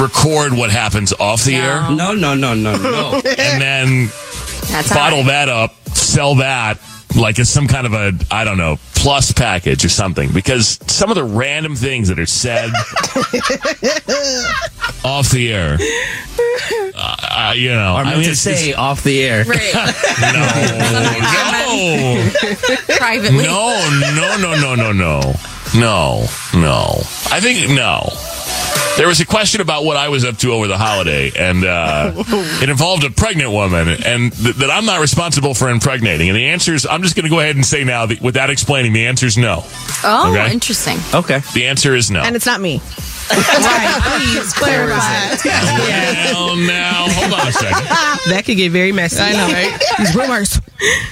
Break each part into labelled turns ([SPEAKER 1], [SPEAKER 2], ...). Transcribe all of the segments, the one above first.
[SPEAKER 1] record what happens off the air
[SPEAKER 2] No, no, no, no, no.
[SPEAKER 1] and then
[SPEAKER 3] That's
[SPEAKER 1] bottle
[SPEAKER 3] all.
[SPEAKER 1] that up, sell that like it's some kind of a I don't know plus package or something because some of the random things that are said off the air, uh, uh, you know,
[SPEAKER 2] Or
[SPEAKER 1] I
[SPEAKER 2] meant
[SPEAKER 1] mean,
[SPEAKER 2] to
[SPEAKER 1] it's-
[SPEAKER 2] say off the air.
[SPEAKER 1] no, no.
[SPEAKER 3] Privately.
[SPEAKER 1] No, no, no, no, no, no. No, no. I think no. There was a question about what I was up to over the holiday, and uh,
[SPEAKER 3] Oh.
[SPEAKER 1] it involved a pregnant woman, and th- that I'm not responsible for impregnating. And the answer is, I'm just going to go ahead and say now, that without explaining, the answer is no.
[SPEAKER 3] Oh,
[SPEAKER 1] Okay.
[SPEAKER 3] interesting.
[SPEAKER 2] Okay.
[SPEAKER 1] The answer is no.
[SPEAKER 4] And it's not me.
[SPEAKER 2] Please clarify.
[SPEAKER 1] Well, now, hold on a second.
[SPEAKER 5] That could get very messy. I know, right? These rumors.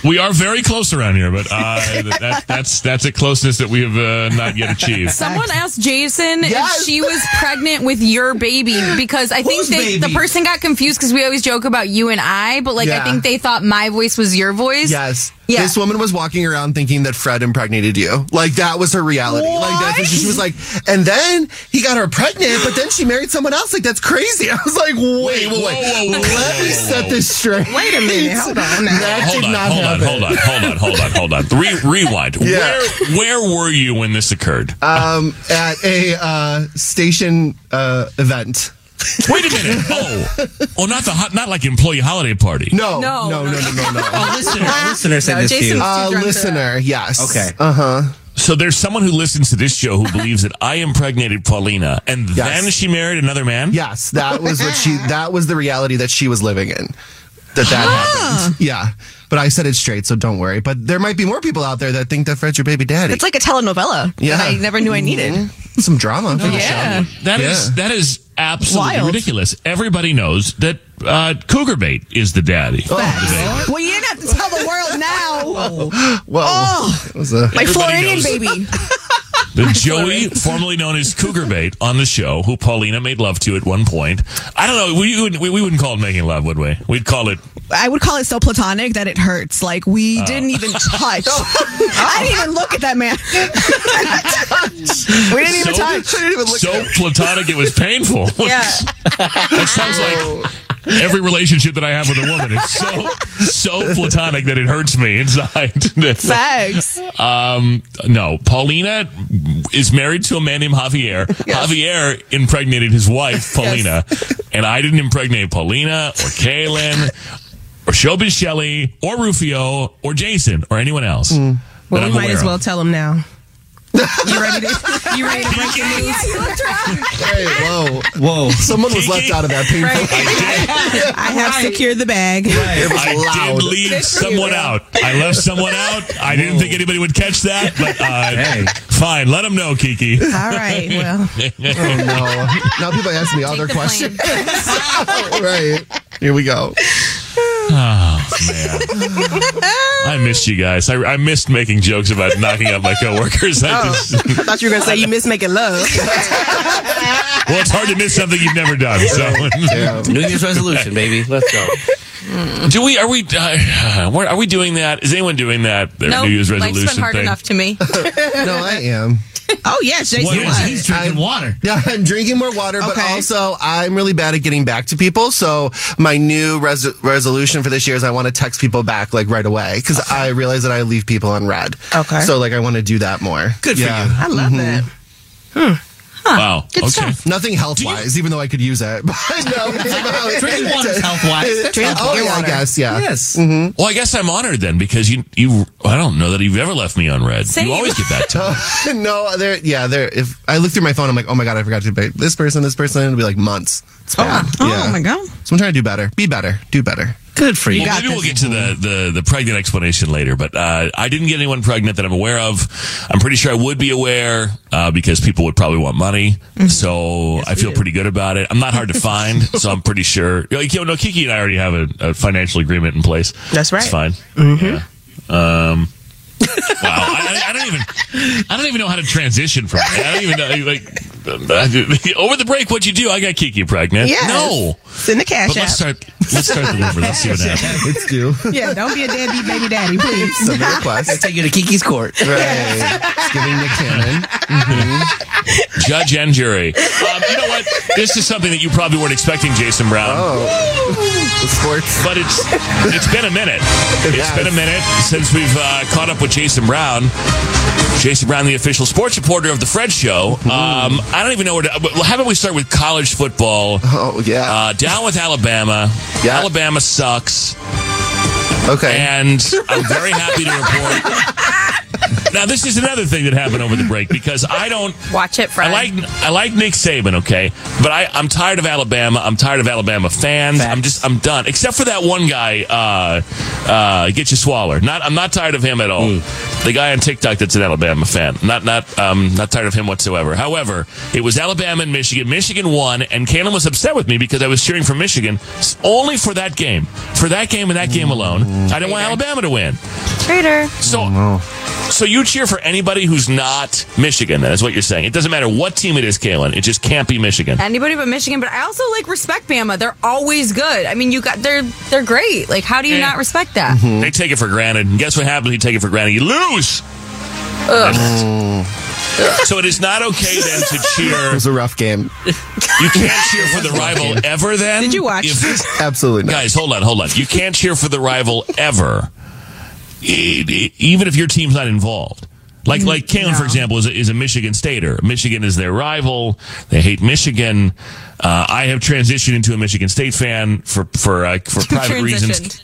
[SPEAKER 1] We are very close around here, but uh, th- that, that's that's a closeness that we have uh, not yet achieved.
[SPEAKER 5] Someone asked Jason
[SPEAKER 2] Yes.
[SPEAKER 5] if she was pregnant with your baby because I think
[SPEAKER 2] Whose
[SPEAKER 5] they, the
[SPEAKER 2] baby?
[SPEAKER 5] person got confused because we always joke about you and I, but like
[SPEAKER 6] Yeah.
[SPEAKER 5] I think they thought my voice was your voice.
[SPEAKER 6] Yes.
[SPEAKER 5] Yeah.
[SPEAKER 6] This woman was walking around thinking that Fred impregnated you. Like that was her reality. Like that's what she, she was like. And then he got her pregnant, but then she married someone else. Like that's crazy. I was like, wait, wait,
[SPEAKER 1] whoa,
[SPEAKER 6] wait.
[SPEAKER 1] whoa, whoa,
[SPEAKER 6] Let
[SPEAKER 1] whoa,
[SPEAKER 6] me
[SPEAKER 1] whoa,
[SPEAKER 6] set
[SPEAKER 1] whoa.
[SPEAKER 6] this straight. Wait
[SPEAKER 5] a minute, hold on now.
[SPEAKER 6] That
[SPEAKER 1] hold
[SPEAKER 6] did
[SPEAKER 1] on,
[SPEAKER 6] not
[SPEAKER 1] hold on,
[SPEAKER 6] happen.
[SPEAKER 1] hold on, hold on, hold on, hold on. Re- rewind.
[SPEAKER 6] Yeah.
[SPEAKER 1] Where where were you when this occurred?
[SPEAKER 6] Um, at a uh, station uh, event.
[SPEAKER 1] Wait a minute. Oh, oh, not the hot, not like employee holiday party.
[SPEAKER 6] No,
[SPEAKER 5] No,
[SPEAKER 6] no, no, no, no, no.
[SPEAKER 2] Oh, listener, listener said this to
[SPEAKER 5] Jason-
[SPEAKER 2] you.
[SPEAKER 6] Uh, listener, yes.
[SPEAKER 2] Okay.
[SPEAKER 6] Uh huh.
[SPEAKER 1] So there's someone who listens to this show who believes that I impregnated Paulina, and then she married another man.
[SPEAKER 6] Yes, that was what she. That was the reality that she was living in. That that happened. Yeah, but I said it straight, so don't worry. But there might be more people out there that think that Fred's your baby daddy.
[SPEAKER 5] It's like a telenovela
[SPEAKER 6] Yeah.
[SPEAKER 5] that I never knew I needed.
[SPEAKER 1] Mm-hmm.
[SPEAKER 6] some drama. for the
[SPEAKER 5] Yeah.
[SPEAKER 6] show.
[SPEAKER 1] That is
[SPEAKER 6] Yeah.
[SPEAKER 1] that is absolutely
[SPEAKER 5] Wild.
[SPEAKER 1] ridiculous. Everybody knows that uh, cougar bait is the daddy.
[SPEAKER 6] Oh.
[SPEAKER 5] Well, you didn't have to tell the world now. Oh.
[SPEAKER 6] Well, it was a.
[SPEAKER 5] My
[SPEAKER 1] Oh. Everybody
[SPEAKER 5] Floridian
[SPEAKER 1] knows.
[SPEAKER 5] baby.
[SPEAKER 1] The Joey, formerly known as Cougar Bait, on the show, who Paulina made love to at one point. I don't know. We wouldn't, we, we wouldn't call it making love, would we? We'd call it.
[SPEAKER 5] I would call it so platonic that it hurts. Like we
[SPEAKER 1] Oh.
[SPEAKER 5] didn't even touch. I didn't even look at that man. we didn't even
[SPEAKER 1] so,
[SPEAKER 5] touch.
[SPEAKER 1] so platonic, it was painful.
[SPEAKER 5] Yeah.
[SPEAKER 1] that sounds like every relationship that I have with a woman. It's so so platonic that it hurts me inside.
[SPEAKER 5] Facts.
[SPEAKER 1] Um, no, Paulina is married to a man named Javier. Javier impregnated his wife, Paulina, and I didn't impregnate Paulina or Kaylin or Showbiz Shelley or Rufio or Jason or anyone else. that
[SPEAKER 7] Mm. Well,
[SPEAKER 1] I'm
[SPEAKER 7] we might
[SPEAKER 1] aware
[SPEAKER 7] as
[SPEAKER 1] of.
[SPEAKER 7] well tell him now. You ready to, you ready to break the news?
[SPEAKER 6] Hey, whoa.
[SPEAKER 2] Whoa.
[SPEAKER 6] Someone was left out of that painful.
[SPEAKER 7] I have secured the bag.
[SPEAKER 6] It was
[SPEAKER 1] I
[SPEAKER 6] loud.
[SPEAKER 1] did leave someone out. I left someone out. I didn't think anybody would catch that, but uh, fine. Let them know, Kiki. All
[SPEAKER 7] right, well.
[SPEAKER 6] Oh, no. Now people ask me other questions. right. Here we go.
[SPEAKER 1] Oh man, I missed you guys. I, I missed making jokes about knocking out my coworkers. I
[SPEAKER 7] Oh,
[SPEAKER 1] just,
[SPEAKER 7] I thought you were going to say you miss making love.
[SPEAKER 1] well, it's hard to miss something you've never done. So,
[SPEAKER 2] New Year's resolution, baby. Let's go.
[SPEAKER 1] do we? Are we? Uh, what- are we doing that? Is anyone doing that? Their New Year's resolution
[SPEAKER 5] Life's been hard
[SPEAKER 1] thing.
[SPEAKER 5] enough to me.
[SPEAKER 6] No, I am.
[SPEAKER 5] Oh yeah, Jason.
[SPEAKER 1] What is
[SPEAKER 5] was.
[SPEAKER 1] he? He's drinking water.
[SPEAKER 6] Yeah, I'm drinking more water, but
[SPEAKER 5] Okay.
[SPEAKER 6] also I'm really bad at getting back to people. So my new res- resolution for this year is I want to text people back like right away because I realize that I leave people on red.
[SPEAKER 7] Okay.
[SPEAKER 6] So like I want to do that more.
[SPEAKER 7] Good for you. I love that.
[SPEAKER 1] Wow.
[SPEAKER 6] Good
[SPEAKER 1] okay.
[SPEAKER 6] stuff. Nothing health wise, even though I could use it. But no, it's about-
[SPEAKER 2] Drink water's health-wise. Drink
[SPEAKER 6] oh,
[SPEAKER 2] your
[SPEAKER 6] yeah,
[SPEAKER 2] water.
[SPEAKER 6] I guess. Yeah.
[SPEAKER 2] Yes.
[SPEAKER 1] Well, I guess I'm honored then because you you I don't know that you've ever left me on red. You always get back to me.
[SPEAKER 6] no, there. Yeah, there. If I look through my phone, I'm like, oh my god, I forgot to pick this person, this person. It'll be like months. It's bad.
[SPEAKER 7] Oh,
[SPEAKER 6] yeah.
[SPEAKER 7] my God.
[SPEAKER 6] So I'm trying to do better, be better, do better.
[SPEAKER 2] Good for
[SPEAKER 1] Well, maybe we'll get to the, the, the pregnant explanation later, but uh, I didn't get anyone pregnant that I'm aware of. I'm pretty sure I would be aware uh, because people would probably want money.
[SPEAKER 2] Mm-hmm.
[SPEAKER 1] So I feel pretty good about it. I'm not hard to find, so I'm pretty sure. Like, you know, Kiki and I already have a, a financial agreement in place.
[SPEAKER 7] That's right.
[SPEAKER 1] It's fine.
[SPEAKER 7] Mm-hmm.
[SPEAKER 1] Um, wow, I, I- I don't even I don't even know how to transition from. That. I don't even know like over the break. What you do? I got Kiki pregnant.
[SPEAKER 7] Yes.
[SPEAKER 1] No,
[SPEAKER 7] It's in the cash
[SPEAKER 1] but
[SPEAKER 7] app.
[SPEAKER 1] let's start. Let's start the over. Let's see what happens.
[SPEAKER 6] It's due.
[SPEAKER 7] Yeah, don't be a deadbeat baby daddy, please.
[SPEAKER 6] Submit request.
[SPEAKER 2] I take you to Kiki's court.
[SPEAKER 6] Right. It's giving Nick Cannon.
[SPEAKER 1] Mm-hmm. judge and jury. Um, you know what? This is something that you probably weren't expecting, Jason Brown.
[SPEAKER 6] Oh. Sports.
[SPEAKER 1] But it's it's been a minute. It's
[SPEAKER 6] has.
[SPEAKER 1] been a minute since we've uh, caught up with Jason Brown. Jason Brown, the official sports reporter of the Fred Show.
[SPEAKER 6] Mm-hmm.
[SPEAKER 1] Um, I don't even know where to. well, How about we start with college football?
[SPEAKER 6] Oh yeah.
[SPEAKER 1] Uh, down with Alabama. Alabama sucks.
[SPEAKER 6] Okay.
[SPEAKER 1] And I'm very happy to report. Now this is another thing that happened over the break because I don't
[SPEAKER 8] Watch it, Fred.
[SPEAKER 1] I like I like Nick Saban, okay, but I I'm tired of Alabama. I'm tired of Alabama fans. I'm just I'm done. Except for that one guy, uh, uh, get you swaller. Not I'm not tired of him at all. The guy on TikTok that's an Alabama fan. Not not um not tired of him whatsoever. However, it was Alabama and Michigan. Michigan won, and Caitlin was upset with me because I was cheering for Michigan s- only for that game, for that game and that game alone. I didn't want Alabama to win.
[SPEAKER 8] Traitor.
[SPEAKER 1] So.
[SPEAKER 6] Oh,
[SPEAKER 1] So you cheer for anybody who's not Michigan, then is what you're saying. It doesn't matter what team it is, Kalen. It just can't be Michigan.
[SPEAKER 8] Anybody but Michigan, but I also like respect Bama. They're always good. I mean, you got they're they're great. Like, how do you
[SPEAKER 1] Yeah.
[SPEAKER 8] not respect that?
[SPEAKER 6] Mm-hmm.
[SPEAKER 1] They take it for granted. And guess what happens when you take it for granted? You lose. So it is not okay then to
[SPEAKER 6] Mm. It
[SPEAKER 1] cheer.
[SPEAKER 6] was a rough game.
[SPEAKER 1] You can't cheer for the rival ever then.
[SPEAKER 7] Did you watch?
[SPEAKER 1] If-
[SPEAKER 6] Absolutely not.
[SPEAKER 1] guys, hold on, hold on. You can't cheer for the rival ever, E- e- even if your team's not involved. Like, like Kalen, for example, is a, is a Michigan Stater. Michigan is their rival. They hate Michigan. Uh, I have transitioned into a Michigan State fan for for uh, for private reasons.
[SPEAKER 8] Transitioned.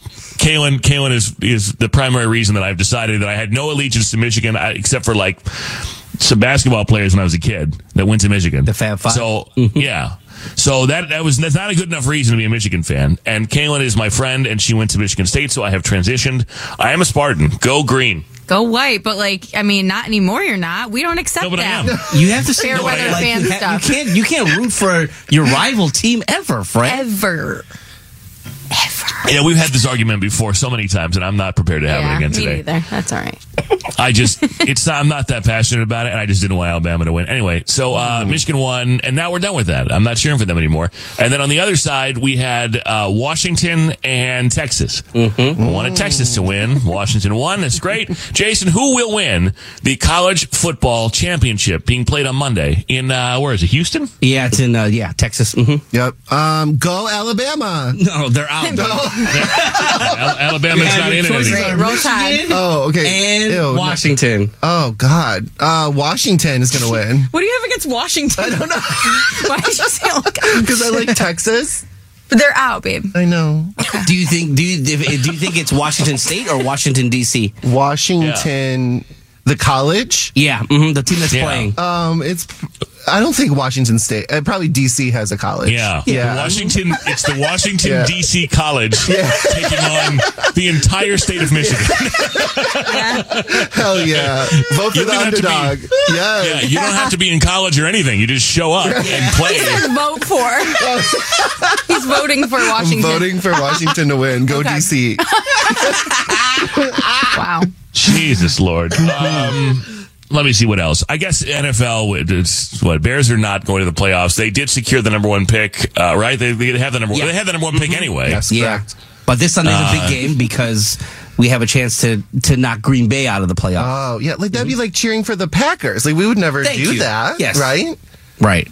[SPEAKER 1] Kalen, Kalen is is the primary reason that I've decided that I had no allegiance to Michigan I, except for like some basketball players when I was a kid that went to Michigan. The
[SPEAKER 2] Fab Five. Mm-hmm.
[SPEAKER 1] So yeah. So that that was that's not a good enough reason to be a Michigan fan. And Kaylin is my friend, and she went to Michigan State, so I have transitioned. I am a Spartan. Go green.
[SPEAKER 8] Go white, but like, I mean, not anymore. You're not. We don't accept
[SPEAKER 1] No, but I
[SPEAKER 8] that.
[SPEAKER 1] am.
[SPEAKER 2] You have to say
[SPEAKER 8] Fair
[SPEAKER 2] no,
[SPEAKER 8] weather
[SPEAKER 2] like,
[SPEAKER 8] fan
[SPEAKER 2] you, ha-
[SPEAKER 8] stuff.
[SPEAKER 2] you can't you can't root for your rival team ever, Fred.
[SPEAKER 8] Ever.
[SPEAKER 1] Yeah, we've had this argument before so many times, and I'm not prepared to have it again today.
[SPEAKER 5] neither. That's all right.
[SPEAKER 1] I just, it's not, I'm not that passionate about it, and I just didn't want Alabama to win. Anyway, so uh, Michigan won, and now we're done with that. I'm not cheering for them anymore. And then on the other side, we had uh, Washington and Texas. Mm-hmm. Wanted Texas to win. Washington won. That's great. Jason, who will win the college football championship being played on Monday in uh, where is it? Houston?
[SPEAKER 2] Yeah, it's in uh, yeah Texas. Mm-hmm.
[SPEAKER 6] Yep. Um, go Alabama.
[SPEAKER 2] No, they're out.
[SPEAKER 1] Al- Alabama's
[SPEAKER 2] Yeah,
[SPEAKER 1] not
[SPEAKER 2] your
[SPEAKER 1] in it
[SPEAKER 2] choices
[SPEAKER 1] anymore.
[SPEAKER 2] are Roll Tide. Michigan
[SPEAKER 6] Oh, okay.
[SPEAKER 2] and
[SPEAKER 6] no.
[SPEAKER 2] Washington.
[SPEAKER 6] Oh God. Uh, Washington is gonna win
[SPEAKER 8] What do you have against Washington? I don't know. Why did you say like
[SPEAKER 6] because I like Texas.
[SPEAKER 8] But they're out, babe.
[SPEAKER 6] I know.
[SPEAKER 2] Do you think do you, do you think it's Washington State or Washington D.C.?
[SPEAKER 6] Washington, the college.
[SPEAKER 2] Yeah, hmm the team that's
[SPEAKER 6] Yeah.
[SPEAKER 2] playing.
[SPEAKER 6] Um, it's. I don't think Washington State. Uh, probably DC has a college.
[SPEAKER 1] Yeah.
[SPEAKER 6] Yeah.
[SPEAKER 1] Washington, it's the Washington,
[SPEAKER 6] Yeah.
[SPEAKER 1] D.C. College taking on the entire state of Michigan.
[SPEAKER 6] Hell yeah. Vote for
[SPEAKER 1] You
[SPEAKER 6] the
[SPEAKER 1] don't have to be-
[SPEAKER 6] underdog. Yeah.
[SPEAKER 1] Yeah, you don't have to be in college or anything. You just show up and play.
[SPEAKER 8] vote for. He's voting for Washington.
[SPEAKER 6] I'm voting for Washington to win. Go DC.
[SPEAKER 5] Ah,
[SPEAKER 8] wow.
[SPEAKER 1] Jesus Lord. Um, let me see what else. I guess NFL. would- It's what Bears are not going to the playoffs. They did secure the number one pick, uh, right? They, they have the number. They had the number one pick anyway.
[SPEAKER 2] Mm-hmm. yeah. But this Sunday's a
[SPEAKER 1] Uh,
[SPEAKER 2] big game because we have a chance to to knock Green Bay out of the playoff.
[SPEAKER 6] Oh yeah, like that'd be like cheering for the Packers. Like we would never
[SPEAKER 2] Thank
[SPEAKER 6] do
[SPEAKER 2] you.
[SPEAKER 6] that.
[SPEAKER 2] Yes.
[SPEAKER 6] Right.
[SPEAKER 2] Right.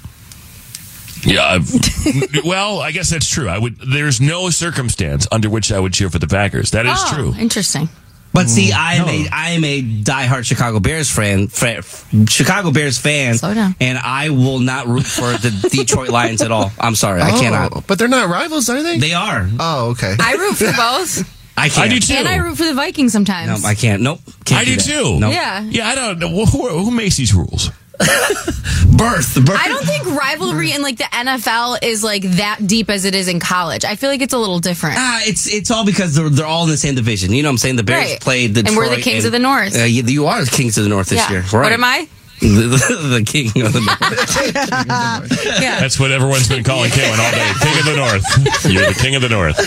[SPEAKER 1] Yeah. I've- well, I guess that's true. I would. There's no circumstance under which I would cheer for the Packers. That is
[SPEAKER 5] Oh,
[SPEAKER 1] true. Mm.
[SPEAKER 5] Interesting.
[SPEAKER 2] But see, I am
[SPEAKER 1] no.
[SPEAKER 2] a I am a diehard Chicago Bears fan, fra- Chicago Bears fan, and I will not root for the Detroit Lions at all. I'm sorry, I
[SPEAKER 6] Oh,
[SPEAKER 2] cannot.
[SPEAKER 6] But they're not rivals, are they?
[SPEAKER 2] They are.
[SPEAKER 6] Oh, okay.
[SPEAKER 5] I root for both.
[SPEAKER 2] I can't.
[SPEAKER 1] do too.
[SPEAKER 5] And I root for the Vikings
[SPEAKER 2] No,
[SPEAKER 5] sometimes.
[SPEAKER 2] I can't. Nope. Can't
[SPEAKER 1] I do
[SPEAKER 2] that.
[SPEAKER 1] too.
[SPEAKER 2] Nope.
[SPEAKER 5] Yeah.
[SPEAKER 1] Yeah, I don't know who, who, who makes these rules.
[SPEAKER 2] Birth. Birth.
[SPEAKER 5] I don't think rivalry in like the NFL is like that deep as it is in college. I feel like it's a little different.
[SPEAKER 2] Ah, it's it's all because they're they're all in the same division. You know what I'm saying? The Bears
[SPEAKER 5] Right.
[SPEAKER 2] played the
[SPEAKER 5] And we're the kings of the North.
[SPEAKER 2] Uh, you, you are the kings of the North this
[SPEAKER 5] Yeah.
[SPEAKER 2] year.
[SPEAKER 5] What
[SPEAKER 2] Right.
[SPEAKER 5] am I?
[SPEAKER 2] The, the, the king of the North.
[SPEAKER 1] That's what everyone's been calling Caitlin all day. King of the North. You're the king of the North.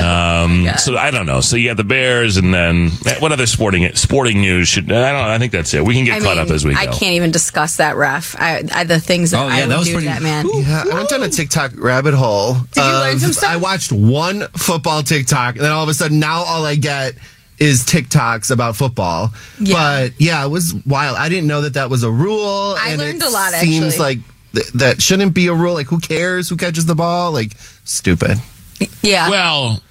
[SPEAKER 1] Um, so I don't know. So you have the Bears, and then eh, what other sporting sporting news should? I don't. know. I think that's it. We can get
[SPEAKER 5] I
[SPEAKER 1] caught up
[SPEAKER 5] mean,
[SPEAKER 1] as we go.
[SPEAKER 5] I can't even discuss that ref. I, I the things that
[SPEAKER 2] Oh,
[SPEAKER 5] I
[SPEAKER 2] yeah,
[SPEAKER 5] would
[SPEAKER 2] that was
[SPEAKER 5] do
[SPEAKER 2] pretty-
[SPEAKER 5] to that man.
[SPEAKER 6] Yeah, I went down a TikTok rabbit hole. Did
[SPEAKER 5] you learn some stuff?
[SPEAKER 6] I watched one football TikTok, and then all of a sudden, now all I get is TikToks about football. But yeah, it was wild. I didn't know that that was a rule.
[SPEAKER 5] I
[SPEAKER 6] and
[SPEAKER 5] learned
[SPEAKER 6] it
[SPEAKER 5] a lot,
[SPEAKER 6] Seems
[SPEAKER 5] actually.
[SPEAKER 6] like th- that shouldn't be a rule. Like, who cares who catches the ball? Like, stupid.
[SPEAKER 5] Yeah.
[SPEAKER 1] Well,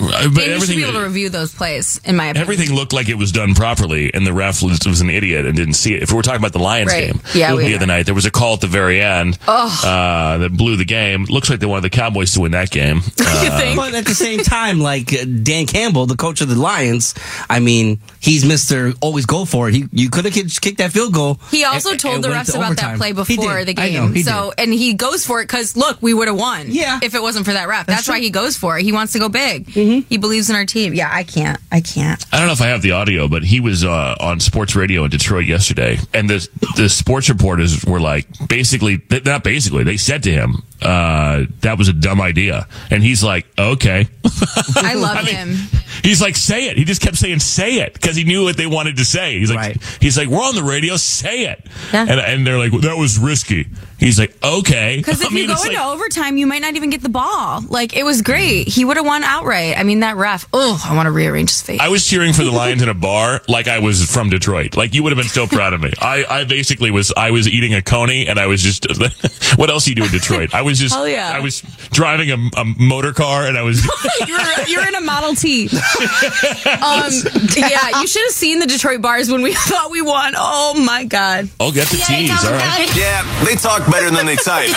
[SPEAKER 1] uh, but
[SPEAKER 5] Maybe you should be able to
[SPEAKER 1] everything.
[SPEAKER 5] review those plays, in my opinion.
[SPEAKER 1] Everything looked like it was done properly, and the ref was was an idiot and didn't see it. If we're talking about the Lions
[SPEAKER 5] Right.
[SPEAKER 1] game
[SPEAKER 5] Yeah, we
[SPEAKER 1] the
[SPEAKER 5] are.
[SPEAKER 1] other night, there was a call at the very end
[SPEAKER 5] Oh.
[SPEAKER 1] uh, that blew the game. Looks like they wanted the Cowboys to win that game. Uh,
[SPEAKER 2] But at the same time, like uh, Dan Campbell, the coach of the Lions, I mean, he's Mister always go for it. He, you could have kicked that field goal.
[SPEAKER 5] He also
[SPEAKER 2] and-
[SPEAKER 5] told
[SPEAKER 2] and
[SPEAKER 5] the
[SPEAKER 2] went
[SPEAKER 5] refs
[SPEAKER 2] to
[SPEAKER 5] about that
[SPEAKER 2] overtime.
[SPEAKER 5] play
[SPEAKER 2] He did.
[SPEAKER 5] before the
[SPEAKER 2] I
[SPEAKER 5] game.
[SPEAKER 2] know, he did.
[SPEAKER 5] so and he goes for it because look, we would have won.
[SPEAKER 2] Yeah.
[SPEAKER 5] if it wasn't for that ref, that's, why he goes for it. He wants to go big.
[SPEAKER 2] Mm-hmm.
[SPEAKER 5] He believes in our team. Yeah, I can't. I can't.
[SPEAKER 1] I don't know if I have the audio, but he was uh, on sports radio in Detroit yesterday, and the the sports reporters were like, basically, th- not basically, they said to him, uh, "That was a dumb idea," and he's like, "Okay."
[SPEAKER 5] I love
[SPEAKER 1] mean,
[SPEAKER 5] him.
[SPEAKER 1] He's like, "Say it." He just kept saying, "Say it," because he knew what they wanted to say. He's like, "He's like, we're on the radio, say it," and and they're like, well, "That was risky." He's like, "Okay,"
[SPEAKER 5] Because if
[SPEAKER 1] I mean,
[SPEAKER 5] you go
[SPEAKER 1] it's
[SPEAKER 5] into
[SPEAKER 1] like-
[SPEAKER 5] overtime, you might not even get the ball. Like it was great. He would have won outright. I mean, that ref. Oh, I want to rearrange his face.
[SPEAKER 1] I was cheering for the Lions in a bar like I was from Detroit. Like you would have been so proud of me. I, I basically was I was eating a coney and I was just what else do you do in Detroit? I was just
[SPEAKER 5] Hell yeah.
[SPEAKER 1] I was driving a, a motor car and I was
[SPEAKER 5] you're, you're in a Model T. um, yeah, you should have seen the Detroit bars when we thought we won. Oh my God.
[SPEAKER 1] I'll get the
[SPEAKER 5] Yeah,
[SPEAKER 1] cheese, all right.
[SPEAKER 9] Yeah, they talk better than they type.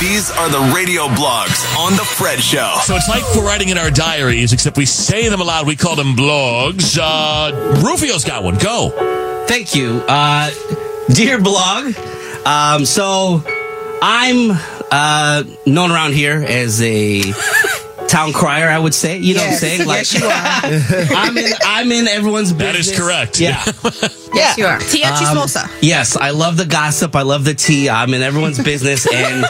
[SPEAKER 9] These are the radio blogs on The Fred Show.
[SPEAKER 1] So it's like we're writing in our diaries, except we say them aloud. We call them blogs. Uh, Rufio's got one. Go.
[SPEAKER 2] Thank you. Uh, dear blog, um, so I'm uh, known around here as a town crier, I would say. You know
[SPEAKER 5] Yes.
[SPEAKER 2] what I'm saying?
[SPEAKER 5] Yes, you
[SPEAKER 2] are. I'm, in, I'm in everyone's business.
[SPEAKER 1] That is correct.
[SPEAKER 2] Yeah.
[SPEAKER 5] Yes, you are.
[SPEAKER 2] Um, yes, I love the gossip. I love the tea. I'm in everyone's business. And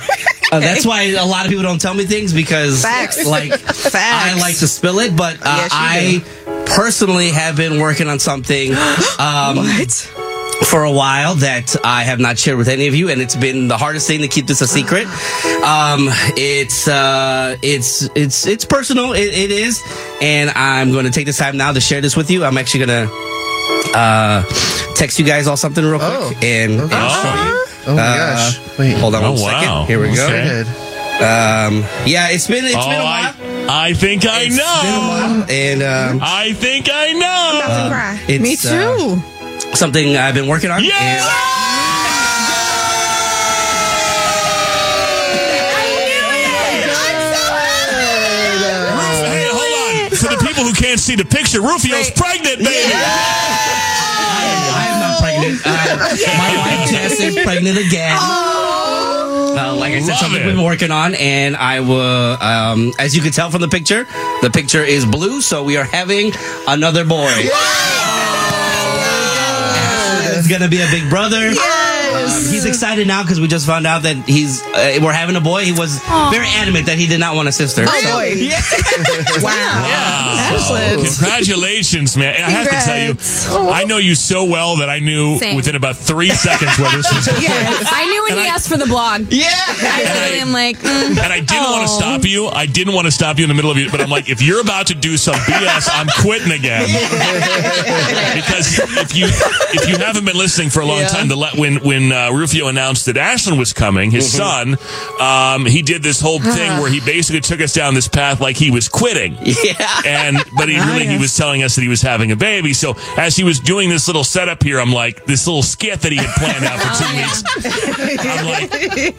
[SPEAKER 2] Uh, that's why a lot of people don't tell me things because,
[SPEAKER 7] Facts.
[SPEAKER 2] like,
[SPEAKER 7] Facts.
[SPEAKER 2] I like to spill it. But uh,
[SPEAKER 7] Yes, you
[SPEAKER 2] I personally have been working on something. Um, what? For a while that I have not shared with any of you, and it's been the hardest thing to keep this a secret. Um, it's uh, it's it's it's personal. It, it is, and I'm going to take this time now to share this with you. I'm actually going to uh, text you guys all something real quick and, and show you. Uh,
[SPEAKER 6] Oh my gosh. Wait.
[SPEAKER 2] Hold on
[SPEAKER 6] Oh,
[SPEAKER 2] one second.
[SPEAKER 6] wow.
[SPEAKER 2] Here we go.
[SPEAKER 6] Okay.
[SPEAKER 2] Um, yeah, it's been it's
[SPEAKER 1] Oh,
[SPEAKER 2] been a
[SPEAKER 1] I-
[SPEAKER 2] while. I think I know. And um,
[SPEAKER 1] I think I know.
[SPEAKER 2] about to Uh, cry. it's, Me too. uh, something I've been working on. Yeah.
[SPEAKER 1] Hey, hold on. For the people who can't see the picture, Rufio's pregnant, baby.
[SPEAKER 2] I am not pregnant. Uh, my wife Jess is pregnant again.
[SPEAKER 7] Oh.
[SPEAKER 2] Uh, like I said,
[SPEAKER 1] Love
[SPEAKER 2] something
[SPEAKER 1] it.
[SPEAKER 2] we've been working on, and I will, um, as you can tell from the picture, the picture is blue, so we are having another boy. It's gonna be a big brother. Um, he's excited now because we just found out that he's uh, we're having a boy. He was very adamant that he did not want a sister. so-
[SPEAKER 7] Yeah. Oh, wow. Ashlyn.
[SPEAKER 1] Ah, Congratulations, man. And I have to tell you, I know you so well that I knew
[SPEAKER 5] Same.
[SPEAKER 1] within about three seconds where this was going.
[SPEAKER 5] Yes. I knew when he asked for the blog.
[SPEAKER 2] Yeah.
[SPEAKER 5] I literally am like, mm,
[SPEAKER 1] And I didn't want to
[SPEAKER 5] oh.
[SPEAKER 1] stop you. I didn't want to stop you in the middle of it, but I'm like, if you're about to do some BS, I'm quitting again. because if you if you haven't been listening for a long time, the le- when when uh, Rufio announced that Ashlyn was coming, his son, um, he did this whole thing where he basically took us down this path like he was quitting.
[SPEAKER 2] Yeah.
[SPEAKER 1] And but he really he was telling us that he was having a baby. So as he was doing this little setup here, I'm like this little skit that he had planned out
[SPEAKER 7] Oh,
[SPEAKER 1] for two weeks. I'm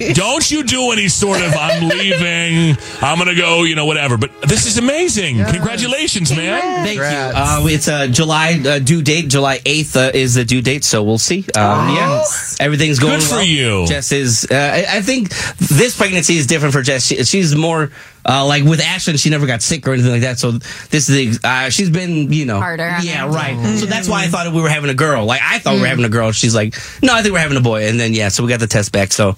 [SPEAKER 1] like, don't you do any sort of I'm leaving, I'm gonna go, you know, whatever. But this is amazing. Congratulations, man.
[SPEAKER 2] Thank you. Uh, it's a July uh, due date. July eighth uh, is the due date, so we'll see. Um, yeah, everything's going
[SPEAKER 1] Good for
[SPEAKER 2] well.
[SPEAKER 1] you.
[SPEAKER 2] Jess is. Uh, I, I think this pregnancy is different for Jess. She, she's more uh, like with Ashlyn. She never got sick or anything like that. So this is the. Uh, she's been you know
[SPEAKER 5] Harder.
[SPEAKER 2] Yeah, right. So that's why I thought we were having a girl. Like I thought we were having a girl. She's like, no, I think we're having a boy. And then yeah, so we got the test back. So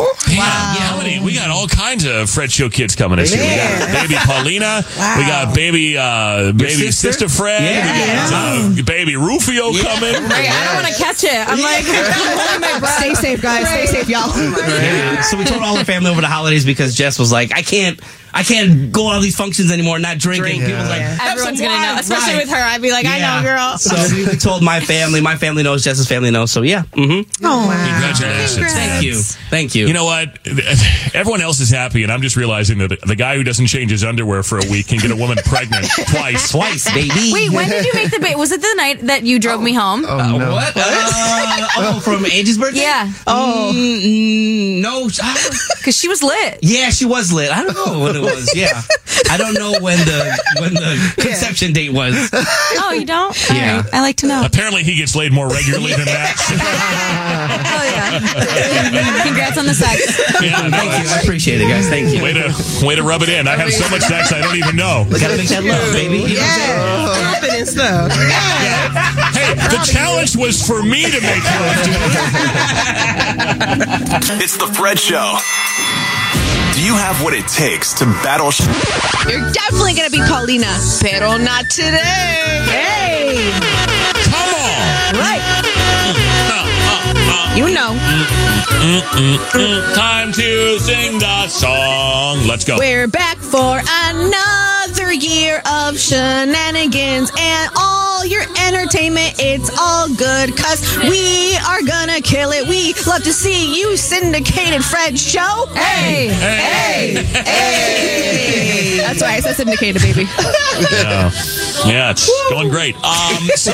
[SPEAKER 1] Yeah, yeah, how many- we got all kinds of Fred Show kids coming this year. We got baby Paulina. We got baby uh, baby sister? Fred. We got uh, baby Rufio coming.
[SPEAKER 5] Right, I don't want to catch it. I'm like, I'm holding my breath.
[SPEAKER 7] Stay safe, guys. Stay safe, y'all.
[SPEAKER 2] Yeah. So we told all our family over the holidays because Jess was like, I can't, I can't go to all these functions anymore, not drinking. People was like, "Have
[SPEAKER 5] Everyone's
[SPEAKER 2] some
[SPEAKER 5] gonna know,
[SPEAKER 2] wine."
[SPEAKER 5] especially
[SPEAKER 2] Right.
[SPEAKER 5] with her. I'd be like,
[SPEAKER 2] Yeah.
[SPEAKER 5] I know, girl.
[SPEAKER 2] So we we told my family. My family knows. Jess's family knows. So yeah. Mm-hmm.
[SPEAKER 5] oh,
[SPEAKER 1] Congratulations.
[SPEAKER 2] Thank you. Thank you.
[SPEAKER 1] You know what? Everyone else is happy, and I'm just realizing that the guy who doesn't change his underwear for a week can get a woman pregnant twice.
[SPEAKER 2] Twice, baby.
[SPEAKER 5] Wait, when did you make the bait? Was it the night that you drove me home?
[SPEAKER 2] Uh, What? Uh, oh, from Angie's birthday.
[SPEAKER 5] Yeah.
[SPEAKER 2] Oh Mm, no.
[SPEAKER 5] Because she was lit.
[SPEAKER 2] Yeah, she was lit. I don't know when it was. Yeah, I don't know when the when the conception date was.
[SPEAKER 5] Oh, you don't?
[SPEAKER 2] Yeah.
[SPEAKER 5] All right. I like to know.
[SPEAKER 1] Apparently, he gets laid more regularly than that.
[SPEAKER 5] Oh, Congrats on the sex.
[SPEAKER 1] Yeah, no,
[SPEAKER 2] Thank you. I appreciate it, guys. Thank you.
[SPEAKER 1] way to way to rub it in. I have so much sex, I don't even know.
[SPEAKER 2] Gotta make that love, baby. You know what I'm saying?
[SPEAKER 7] Confidence stuff.
[SPEAKER 1] Hey, the challenge was for me to make love. to it.
[SPEAKER 9] It's the Fred Show. Do you have what it takes to battle sh-
[SPEAKER 7] You're definitely gonna be Paulina, pero not today. Hey,
[SPEAKER 1] Come on.
[SPEAKER 7] right?
[SPEAKER 1] Uh, uh,
[SPEAKER 7] You know
[SPEAKER 1] uh, mm, mm. Time to sing the song. Let's go.
[SPEAKER 7] we're back for another year of shenanigans and all your entertainment. It's all good, cause we are gonna kill it. We love to see you syndicated Fred show. Hey,
[SPEAKER 1] Hey.
[SPEAKER 7] hey. That's why I said syndicated, baby.
[SPEAKER 1] Yeah, yeah it's going great. Um, so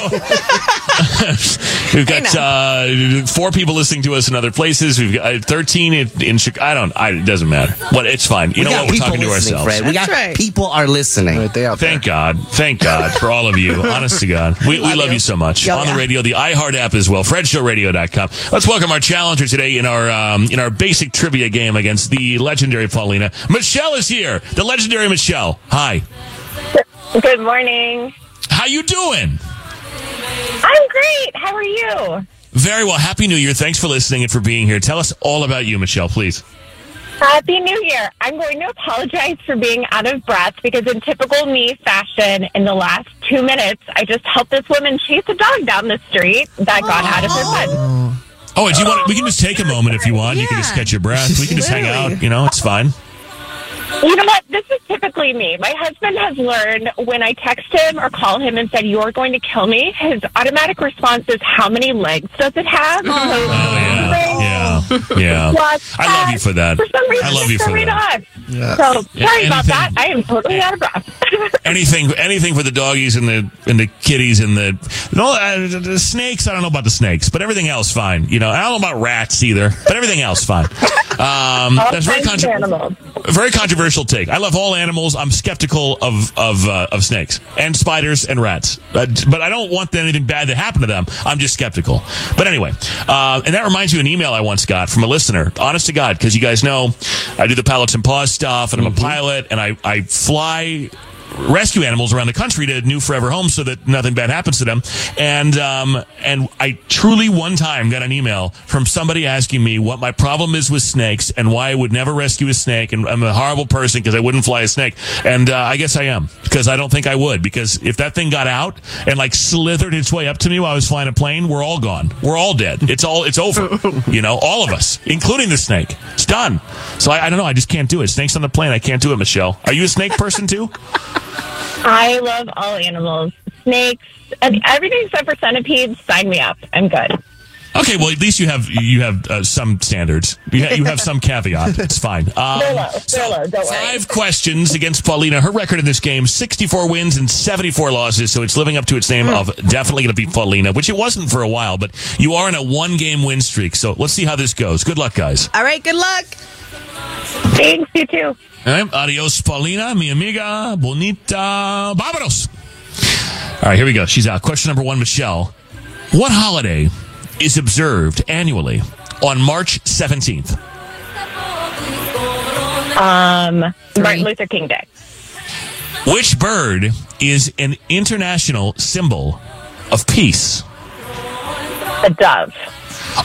[SPEAKER 1] we've got uh, four people listening to us in other places. We've got uh, thirteen in, in Chicago. I don't. I, it doesn't matter. What? It's fine. You
[SPEAKER 2] We
[SPEAKER 1] know
[SPEAKER 2] got
[SPEAKER 1] what? We're
[SPEAKER 2] people
[SPEAKER 1] talking to
[SPEAKER 2] listening,
[SPEAKER 1] ourselves.
[SPEAKER 2] Fred. We got people are listening.
[SPEAKER 1] Thank God. Thank God for all of you. Honest to God. We, we love, you. so much.
[SPEAKER 7] Yeah,
[SPEAKER 1] On the
[SPEAKER 7] yeah.
[SPEAKER 1] radio, the iHeart app as well. FredShowRadio.com. Let's welcome our challenger today in our um, in our basic trivia game against the legendary Paulina. Michelle is here. The legendary Michelle. Hi.
[SPEAKER 10] Good morning.
[SPEAKER 1] How you doing?
[SPEAKER 10] I'm great. How are you?
[SPEAKER 1] Very well. Happy New Year. Thanks for listening and for being here. Tell us all about you, Michelle, please.
[SPEAKER 10] Happy New Year. I'm going to apologize for being out of breath because, in typical me fashion, in the last two minutes, I just helped this woman chase a dog down the street that got out of her bed.
[SPEAKER 1] Oh, and do you want? We can just take a moment if you want. You can just catch your breath. We can just hang out. You know, it's fine.
[SPEAKER 10] You know what? This is typically me. My husband has learned when I text him or call him and said, You are going to kill me, his automatic response is, How many legs does it have? So,
[SPEAKER 1] Oh, Yeah, yeah.
[SPEAKER 10] Plus
[SPEAKER 1] I love you for that.
[SPEAKER 10] For some reason,
[SPEAKER 1] I love you
[SPEAKER 10] it's
[SPEAKER 1] for
[SPEAKER 10] throwing
[SPEAKER 1] that.
[SPEAKER 10] off.
[SPEAKER 1] Yeah.
[SPEAKER 10] So sorry
[SPEAKER 1] Yeah,
[SPEAKER 10] about
[SPEAKER 1] anything-
[SPEAKER 10] that. I am totally out of breath.
[SPEAKER 1] Anything, anything for the doggies and the and the kitties and the no uh, the snakes. I don't know about the snakes, but everything else fine. You know, I don't know about rats either, but everything else fine. Um,
[SPEAKER 10] All
[SPEAKER 1] that's very
[SPEAKER 10] kinds of
[SPEAKER 1] controversial.
[SPEAKER 10] animals.
[SPEAKER 1] Very controversial take. I love all animals. I'm skeptical of of uh, of snakes and spiders and rats, but, but I don't want anything bad to happen to them. I'm just skeptical. But anyway, uh, and that reminds me of an email I once got from a listener. Honest to God, because you guys know I do the pilots and paws stuff, and I'm a pilot, and I I fly rescue animals around the country to new forever homes so that nothing bad happens to them. And um, and I truly one time got an email from somebody asking me what my problem is with snakes and why I would never rescue a snake and I'm a horrible person because I wouldn't fly a snake. And uh, I guess I am because I don't think I would because if that thing got out and like slithered its way up to me while I was flying a plane, we're all gone. We're all dead. It's all it's over. you know, all of us, including the snake. It's done. So I, I don't know. I just can't do it. Snakes on the plane. I can't do it, Michelle. Are you a snake person too?
[SPEAKER 10] I love all animals snakes, and everything except for centipedes. Sign me up. I'm good.
[SPEAKER 1] Okay, well at least you have you have uh, some standards. You, ha- you have some caveat. It's fine.
[SPEAKER 10] they're
[SPEAKER 1] Um,
[SPEAKER 10] low. They're low. Don't worry.
[SPEAKER 1] five questions against Paulina. Her record in this game: sixty-four wins and seventy-four losses. So it's living up to its name of definitely going to beat Paulina, which it wasn't for a while. But you are in a one-game win streak. So let's see how this goes. Good luck, guys.
[SPEAKER 7] All right, good luck.
[SPEAKER 10] Thanks, you too.
[SPEAKER 1] All right, adios, Paulina, mi amiga, bonita, vámonos. All right, here we go. She's out. Question number one, Michelle. What holiday is observed annually on March 17th?
[SPEAKER 10] Um, Martin Luther King Day.
[SPEAKER 1] Which bird is an international symbol of peace?
[SPEAKER 10] A dove.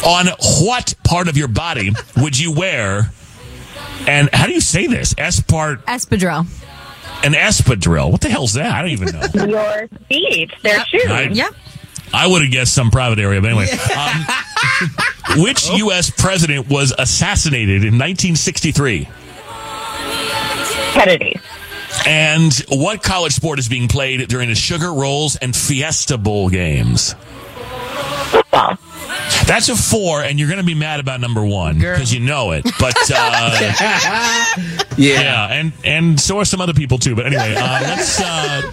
[SPEAKER 1] On what part of your body would you wear, and how do you say this? Espart,
[SPEAKER 5] Espadrille.
[SPEAKER 1] an espadrille. What the hell's that? I don't even know.
[SPEAKER 10] Your feet. Their shoes.
[SPEAKER 1] I- I would have guessed some private area, but anyway. Um, which U.S. president was assassinated in 1963?
[SPEAKER 10] Kennedy.
[SPEAKER 1] And what college sport is being played during the Sugar Rolls and Fiesta Bowl games?
[SPEAKER 10] Football.
[SPEAKER 1] That's a four, and you're going to be mad about number one because you know it. But uh, yeah. and and so are some other people too. But anyway, uh, let's uh,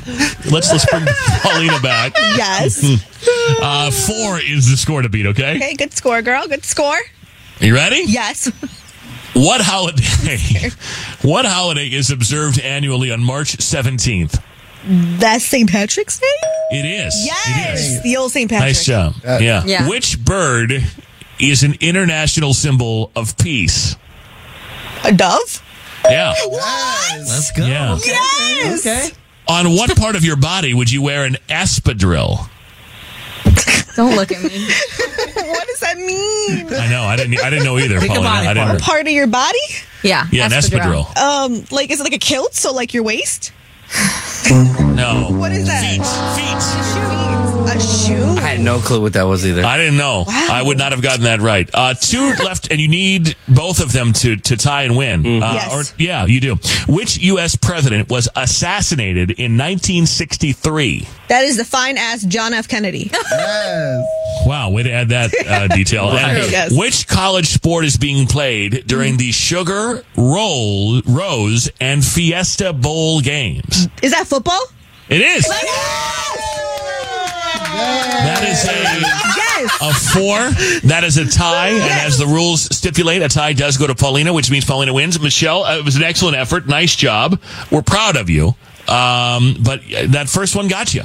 [SPEAKER 1] let's let's bring Paulina back.
[SPEAKER 7] Yes.
[SPEAKER 1] uh, four is the score to beat. Okay,
[SPEAKER 7] Okay, good score, girl. Good score.
[SPEAKER 1] you ready?
[SPEAKER 7] Yes.
[SPEAKER 1] What holiday? what holiday is observed annually on March seventeenth?
[SPEAKER 7] That's St. Patrick's Day?
[SPEAKER 1] It is. It is.
[SPEAKER 7] Yes. The old St. Patrick's
[SPEAKER 1] Nice job. yeah.
[SPEAKER 7] Yeah.
[SPEAKER 1] Which bird is an international symbol of peace?
[SPEAKER 7] A dove?
[SPEAKER 1] Yeah.
[SPEAKER 7] What?
[SPEAKER 1] Let's go. Yeah.
[SPEAKER 7] Yes. Okay.
[SPEAKER 1] On what part of your body would you wear an espadrille?
[SPEAKER 5] Don't look at me.
[SPEAKER 7] what does that mean?
[SPEAKER 1] I know. I didn't. I didn't know either.
[SPEAKER 7] Pick a
[SPEAKER 1] Paulina.
[SPEAKER 7] body
[SPEAKER 1] I didn't.
[SPEAKER 7] Part of your body?
[SPEAKER 5] Yeah.
[SPEAKER 1] Yeah, an espadrille.
[SPEAKER 7] Um, like is it like a kilt? So like your waist?
[SPEAKER 1] No.
[SPEAKER 7] What is that? Feet. Feet. A shoe.
[SPEAKER 2] I had no clue what that was either.
[SPEAKER 1] I didn't know. I would not have gotten that right. Uh, two left, and you need both of them to to tie and win. Uh,
[SPEAKER 7] Yes.
[SPEAKER 1] or- yeah, you do. Which U.S. president was assassinated in 1963?
[SPEAKER 7] That is the fine ass John F. Kennedy.
[SPEAKER 1] Wow, way to add that uh, detail.
[SPEAKER 7] Right.
[SPEAKER 1] And
[SPEAKER 7] Yes.
[SPEAKER 1] Which college sport is being played during the Sugar Roll Rose and Fiesta Bowl games?
[SPEAKER 7] Is that football?
[SPEAKER 1] It is.
[SPEAKER 7] That
[SPEAKER 1] is
[SPEAKER 7] a yes.
[SPEAKER 1] A four. That is a tie, and as the rules stipulate, a tie does go to Paulina, which means Paulina wins. Michelle, uh, it was an excellent effort. Nice job. We're proud of you. Um, but uh, that first one got you.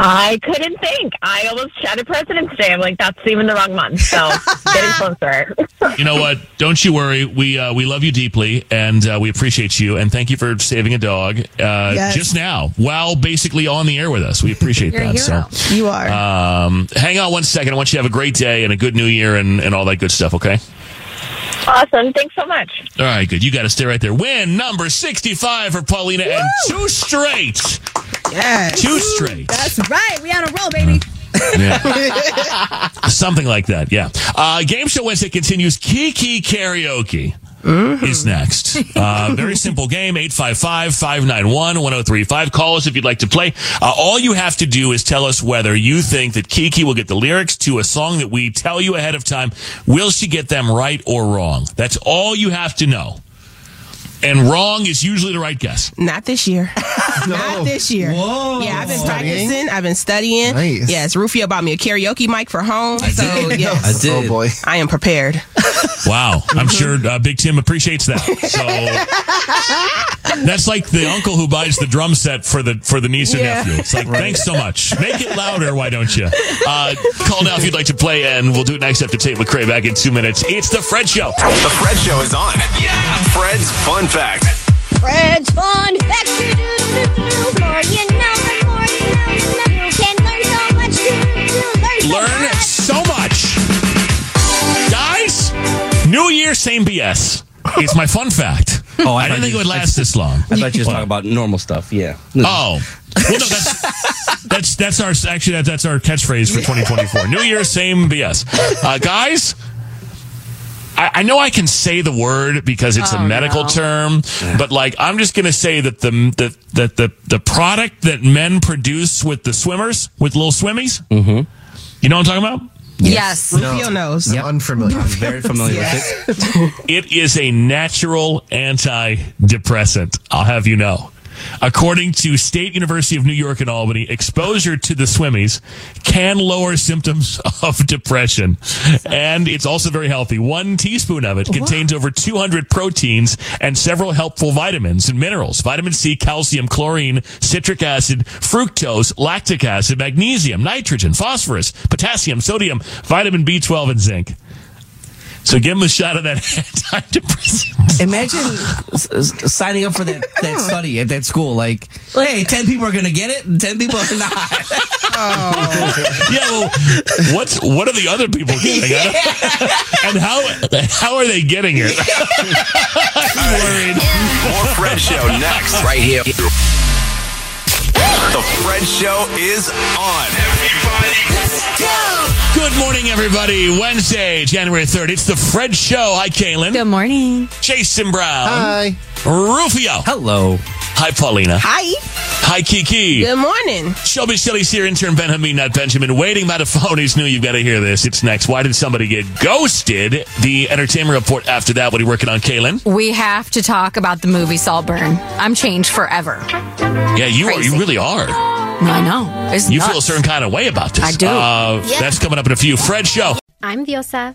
[SPEAKER 10] I couldn't think. I almost shouted President's Day. I'm like, that's even the wrong month. So getting closer.
[SPEAKER 1] You know what? Don't you worry. We uh, we love you deeply, and uh, we appreciate you, and thank you for saving a dog uh,
[SPEAKER 7] Yes.
[SPEAKER 1] just now while basically on the air with us. We appreciate
[SPEAKER 7] You're a
[SPEAKER 1] that. So
[SPEAKER 7] hero. You are.
[SPEAKER 1] Um, hang on one second. I want you to have a great day and a good new year and, and all that good stuff. Okay.
[SPEAKER 10] Awesome. Thanks so much.
[SPEAKER 1] All right, good. You got to stay right there. Win number 65 for Paulina and two straight.
[SPEAKER 7] Yes.
[SPEAKER 1] Two straight.
[SPEAKER 7] That's right. We on a roll, baby.
[SPEAKER 1] Yeah. Something like that, yeah. Uh, Game Show Wednesday continues. Kiki Karaoke is next. Uh, very simple game 855 591 1035. Call us if you'd like to play. Uh, all you have to do is tell us whether you think that Kiki will get the lyrics to a song that we tell you ahead of time. Will she get them right or wrong? That's all you have to know. And wrong is usually the right guess.
[SPEAKER 11] Not this year. Not this year. Yeah, I've been practicing. I've been studying.
[SPEAKER 1] Nice.
[SPEAKER 11] Yes, Rufio bought me a karaoke mic for home. so yes,
[SPEAKER 1] I did. Oh boy.
[SPEAKER 11] I am prepared.
[SPEAKER 1] Wow, I'm sure uh, Big Tim appreciates that. So that's like the uncle who buys the drum set for the for the niece and
[SPEAKER 12] Yeah.
[SPEAKER 1] nephew. It's like
[SPEAKER 12] Right.
[SPEAKER 1] thanks so much. Make it louder, why don't you? Uh, call now if you'd like to play, and we'll do it next after Tate McRae back in two minutes. It's the Fred Show.
[SPEAKER 9] The Fred Show is on. Yeah. Fred's fun fact.
[SPEAKER 12] Fred's fun. Facts. More you know, the more you know, you can learn so much. You
[SPEAKER 1] Learn so much, guys. New Year, same BS. It's my fun fact.
[SPEAKER 2] Oh, I
[SPEAKER 1] I, didn't
[SPEAKER 2] thought
[SPEAKER 1] think
[SPEAKER 2] you-
[SPEAKER 1] it would last this long.
[SPEAKER 2] I thought you were
[SPEAKER 1] What?
[SPEAKER 2] talking about normal stuff. Yeah.
[SPEAKER 1] Oh. Well, no, that's that's that's our actually that, that's our catchphrase for 2024. New Year, same BS, uh, guys. I, I know I can say the word because it's a medical term, but like I'm just gonna say that the the that the the product that men produce with the swimmers with little swimmies. Mm-hmm. You know what I'm talking about?
[SPEAKER 11] Yes. Rufio knows.
[SPEAKER 6] I'm unfamiliar. I'm very
[SPEAKER 2] familiar
[SPEAKER 6] with it.
[SPEAKER 1] It is a natural antidepressant. I'll have you know. According to State University of New York in Albany, exposure to the swimmies can lower symptoms of depression. And it's also very healthy. One teaspoon of it contains over 200 proteins and several helpful vitamins and minerals. Vitamin C, calcium, chlorine, citric acid, fructose, lactic acid, magnesium, nitrogen, phosphorus, potassium, sodium, vitamin B12, and zinc. So give him a shot of that antidepressant.
[SPEAKER 2] Imagine s- s- signing up for that, that study at that school. Like, hey, 10 people are going to get it, and 10 people are not.
[SPEAKER 1] yeah, well, what's what are the other people getting? I don't- and how how are they getting it?
[SPEAKER 9] More Fred Show next. Right here. The Fred Show is on. Everybody, let's go.
[SPEAKER 1] Good morning, everybody. Wednesday, January third. It's the Fred Show. Hi, Kaylin. Good
[SPEAKER 11] morning.
[SPEAKER 1] Jason Brown.
[SPEAKER 11] Hi.
[SPEAKER 1] Rufio.
[SPEAKER 2] Hello.
[SPEAKER 1] Hi, Paulina.
[SPEAKER 11] Hi.
[SPEAKER 1] Hi, Kiki.
[SPEAKER 11] Good morning.
[SPEAKER 1] Shelby Shelley's here, intern Ben Hameen, not Benjamin, waiting by the phone. He's new. You've got to hear this. It's next. Why did somebody get ghosted? The entertainment report after that. What are you working on, Kaylin?
[SPEAKER 5] We have to talk about the movie Saltburn. I'm changed forever.
[SPEAKER 1] Yeah, you are. You really are.
[SPEAKER 5] I know. It's
[SPEAKER 1] you
[SPEAKER 5] nuts.
[SPEAKER 1] feel a certain kind of way about this.
[SPEAKER 5] I do.
[SPEAKER 1] Uh,
[SPEAKER 3] Yeah.
[SPEAKER 1] That's coming up in a few. Fred Show.
[SPEAKER 3] I'm Diosa.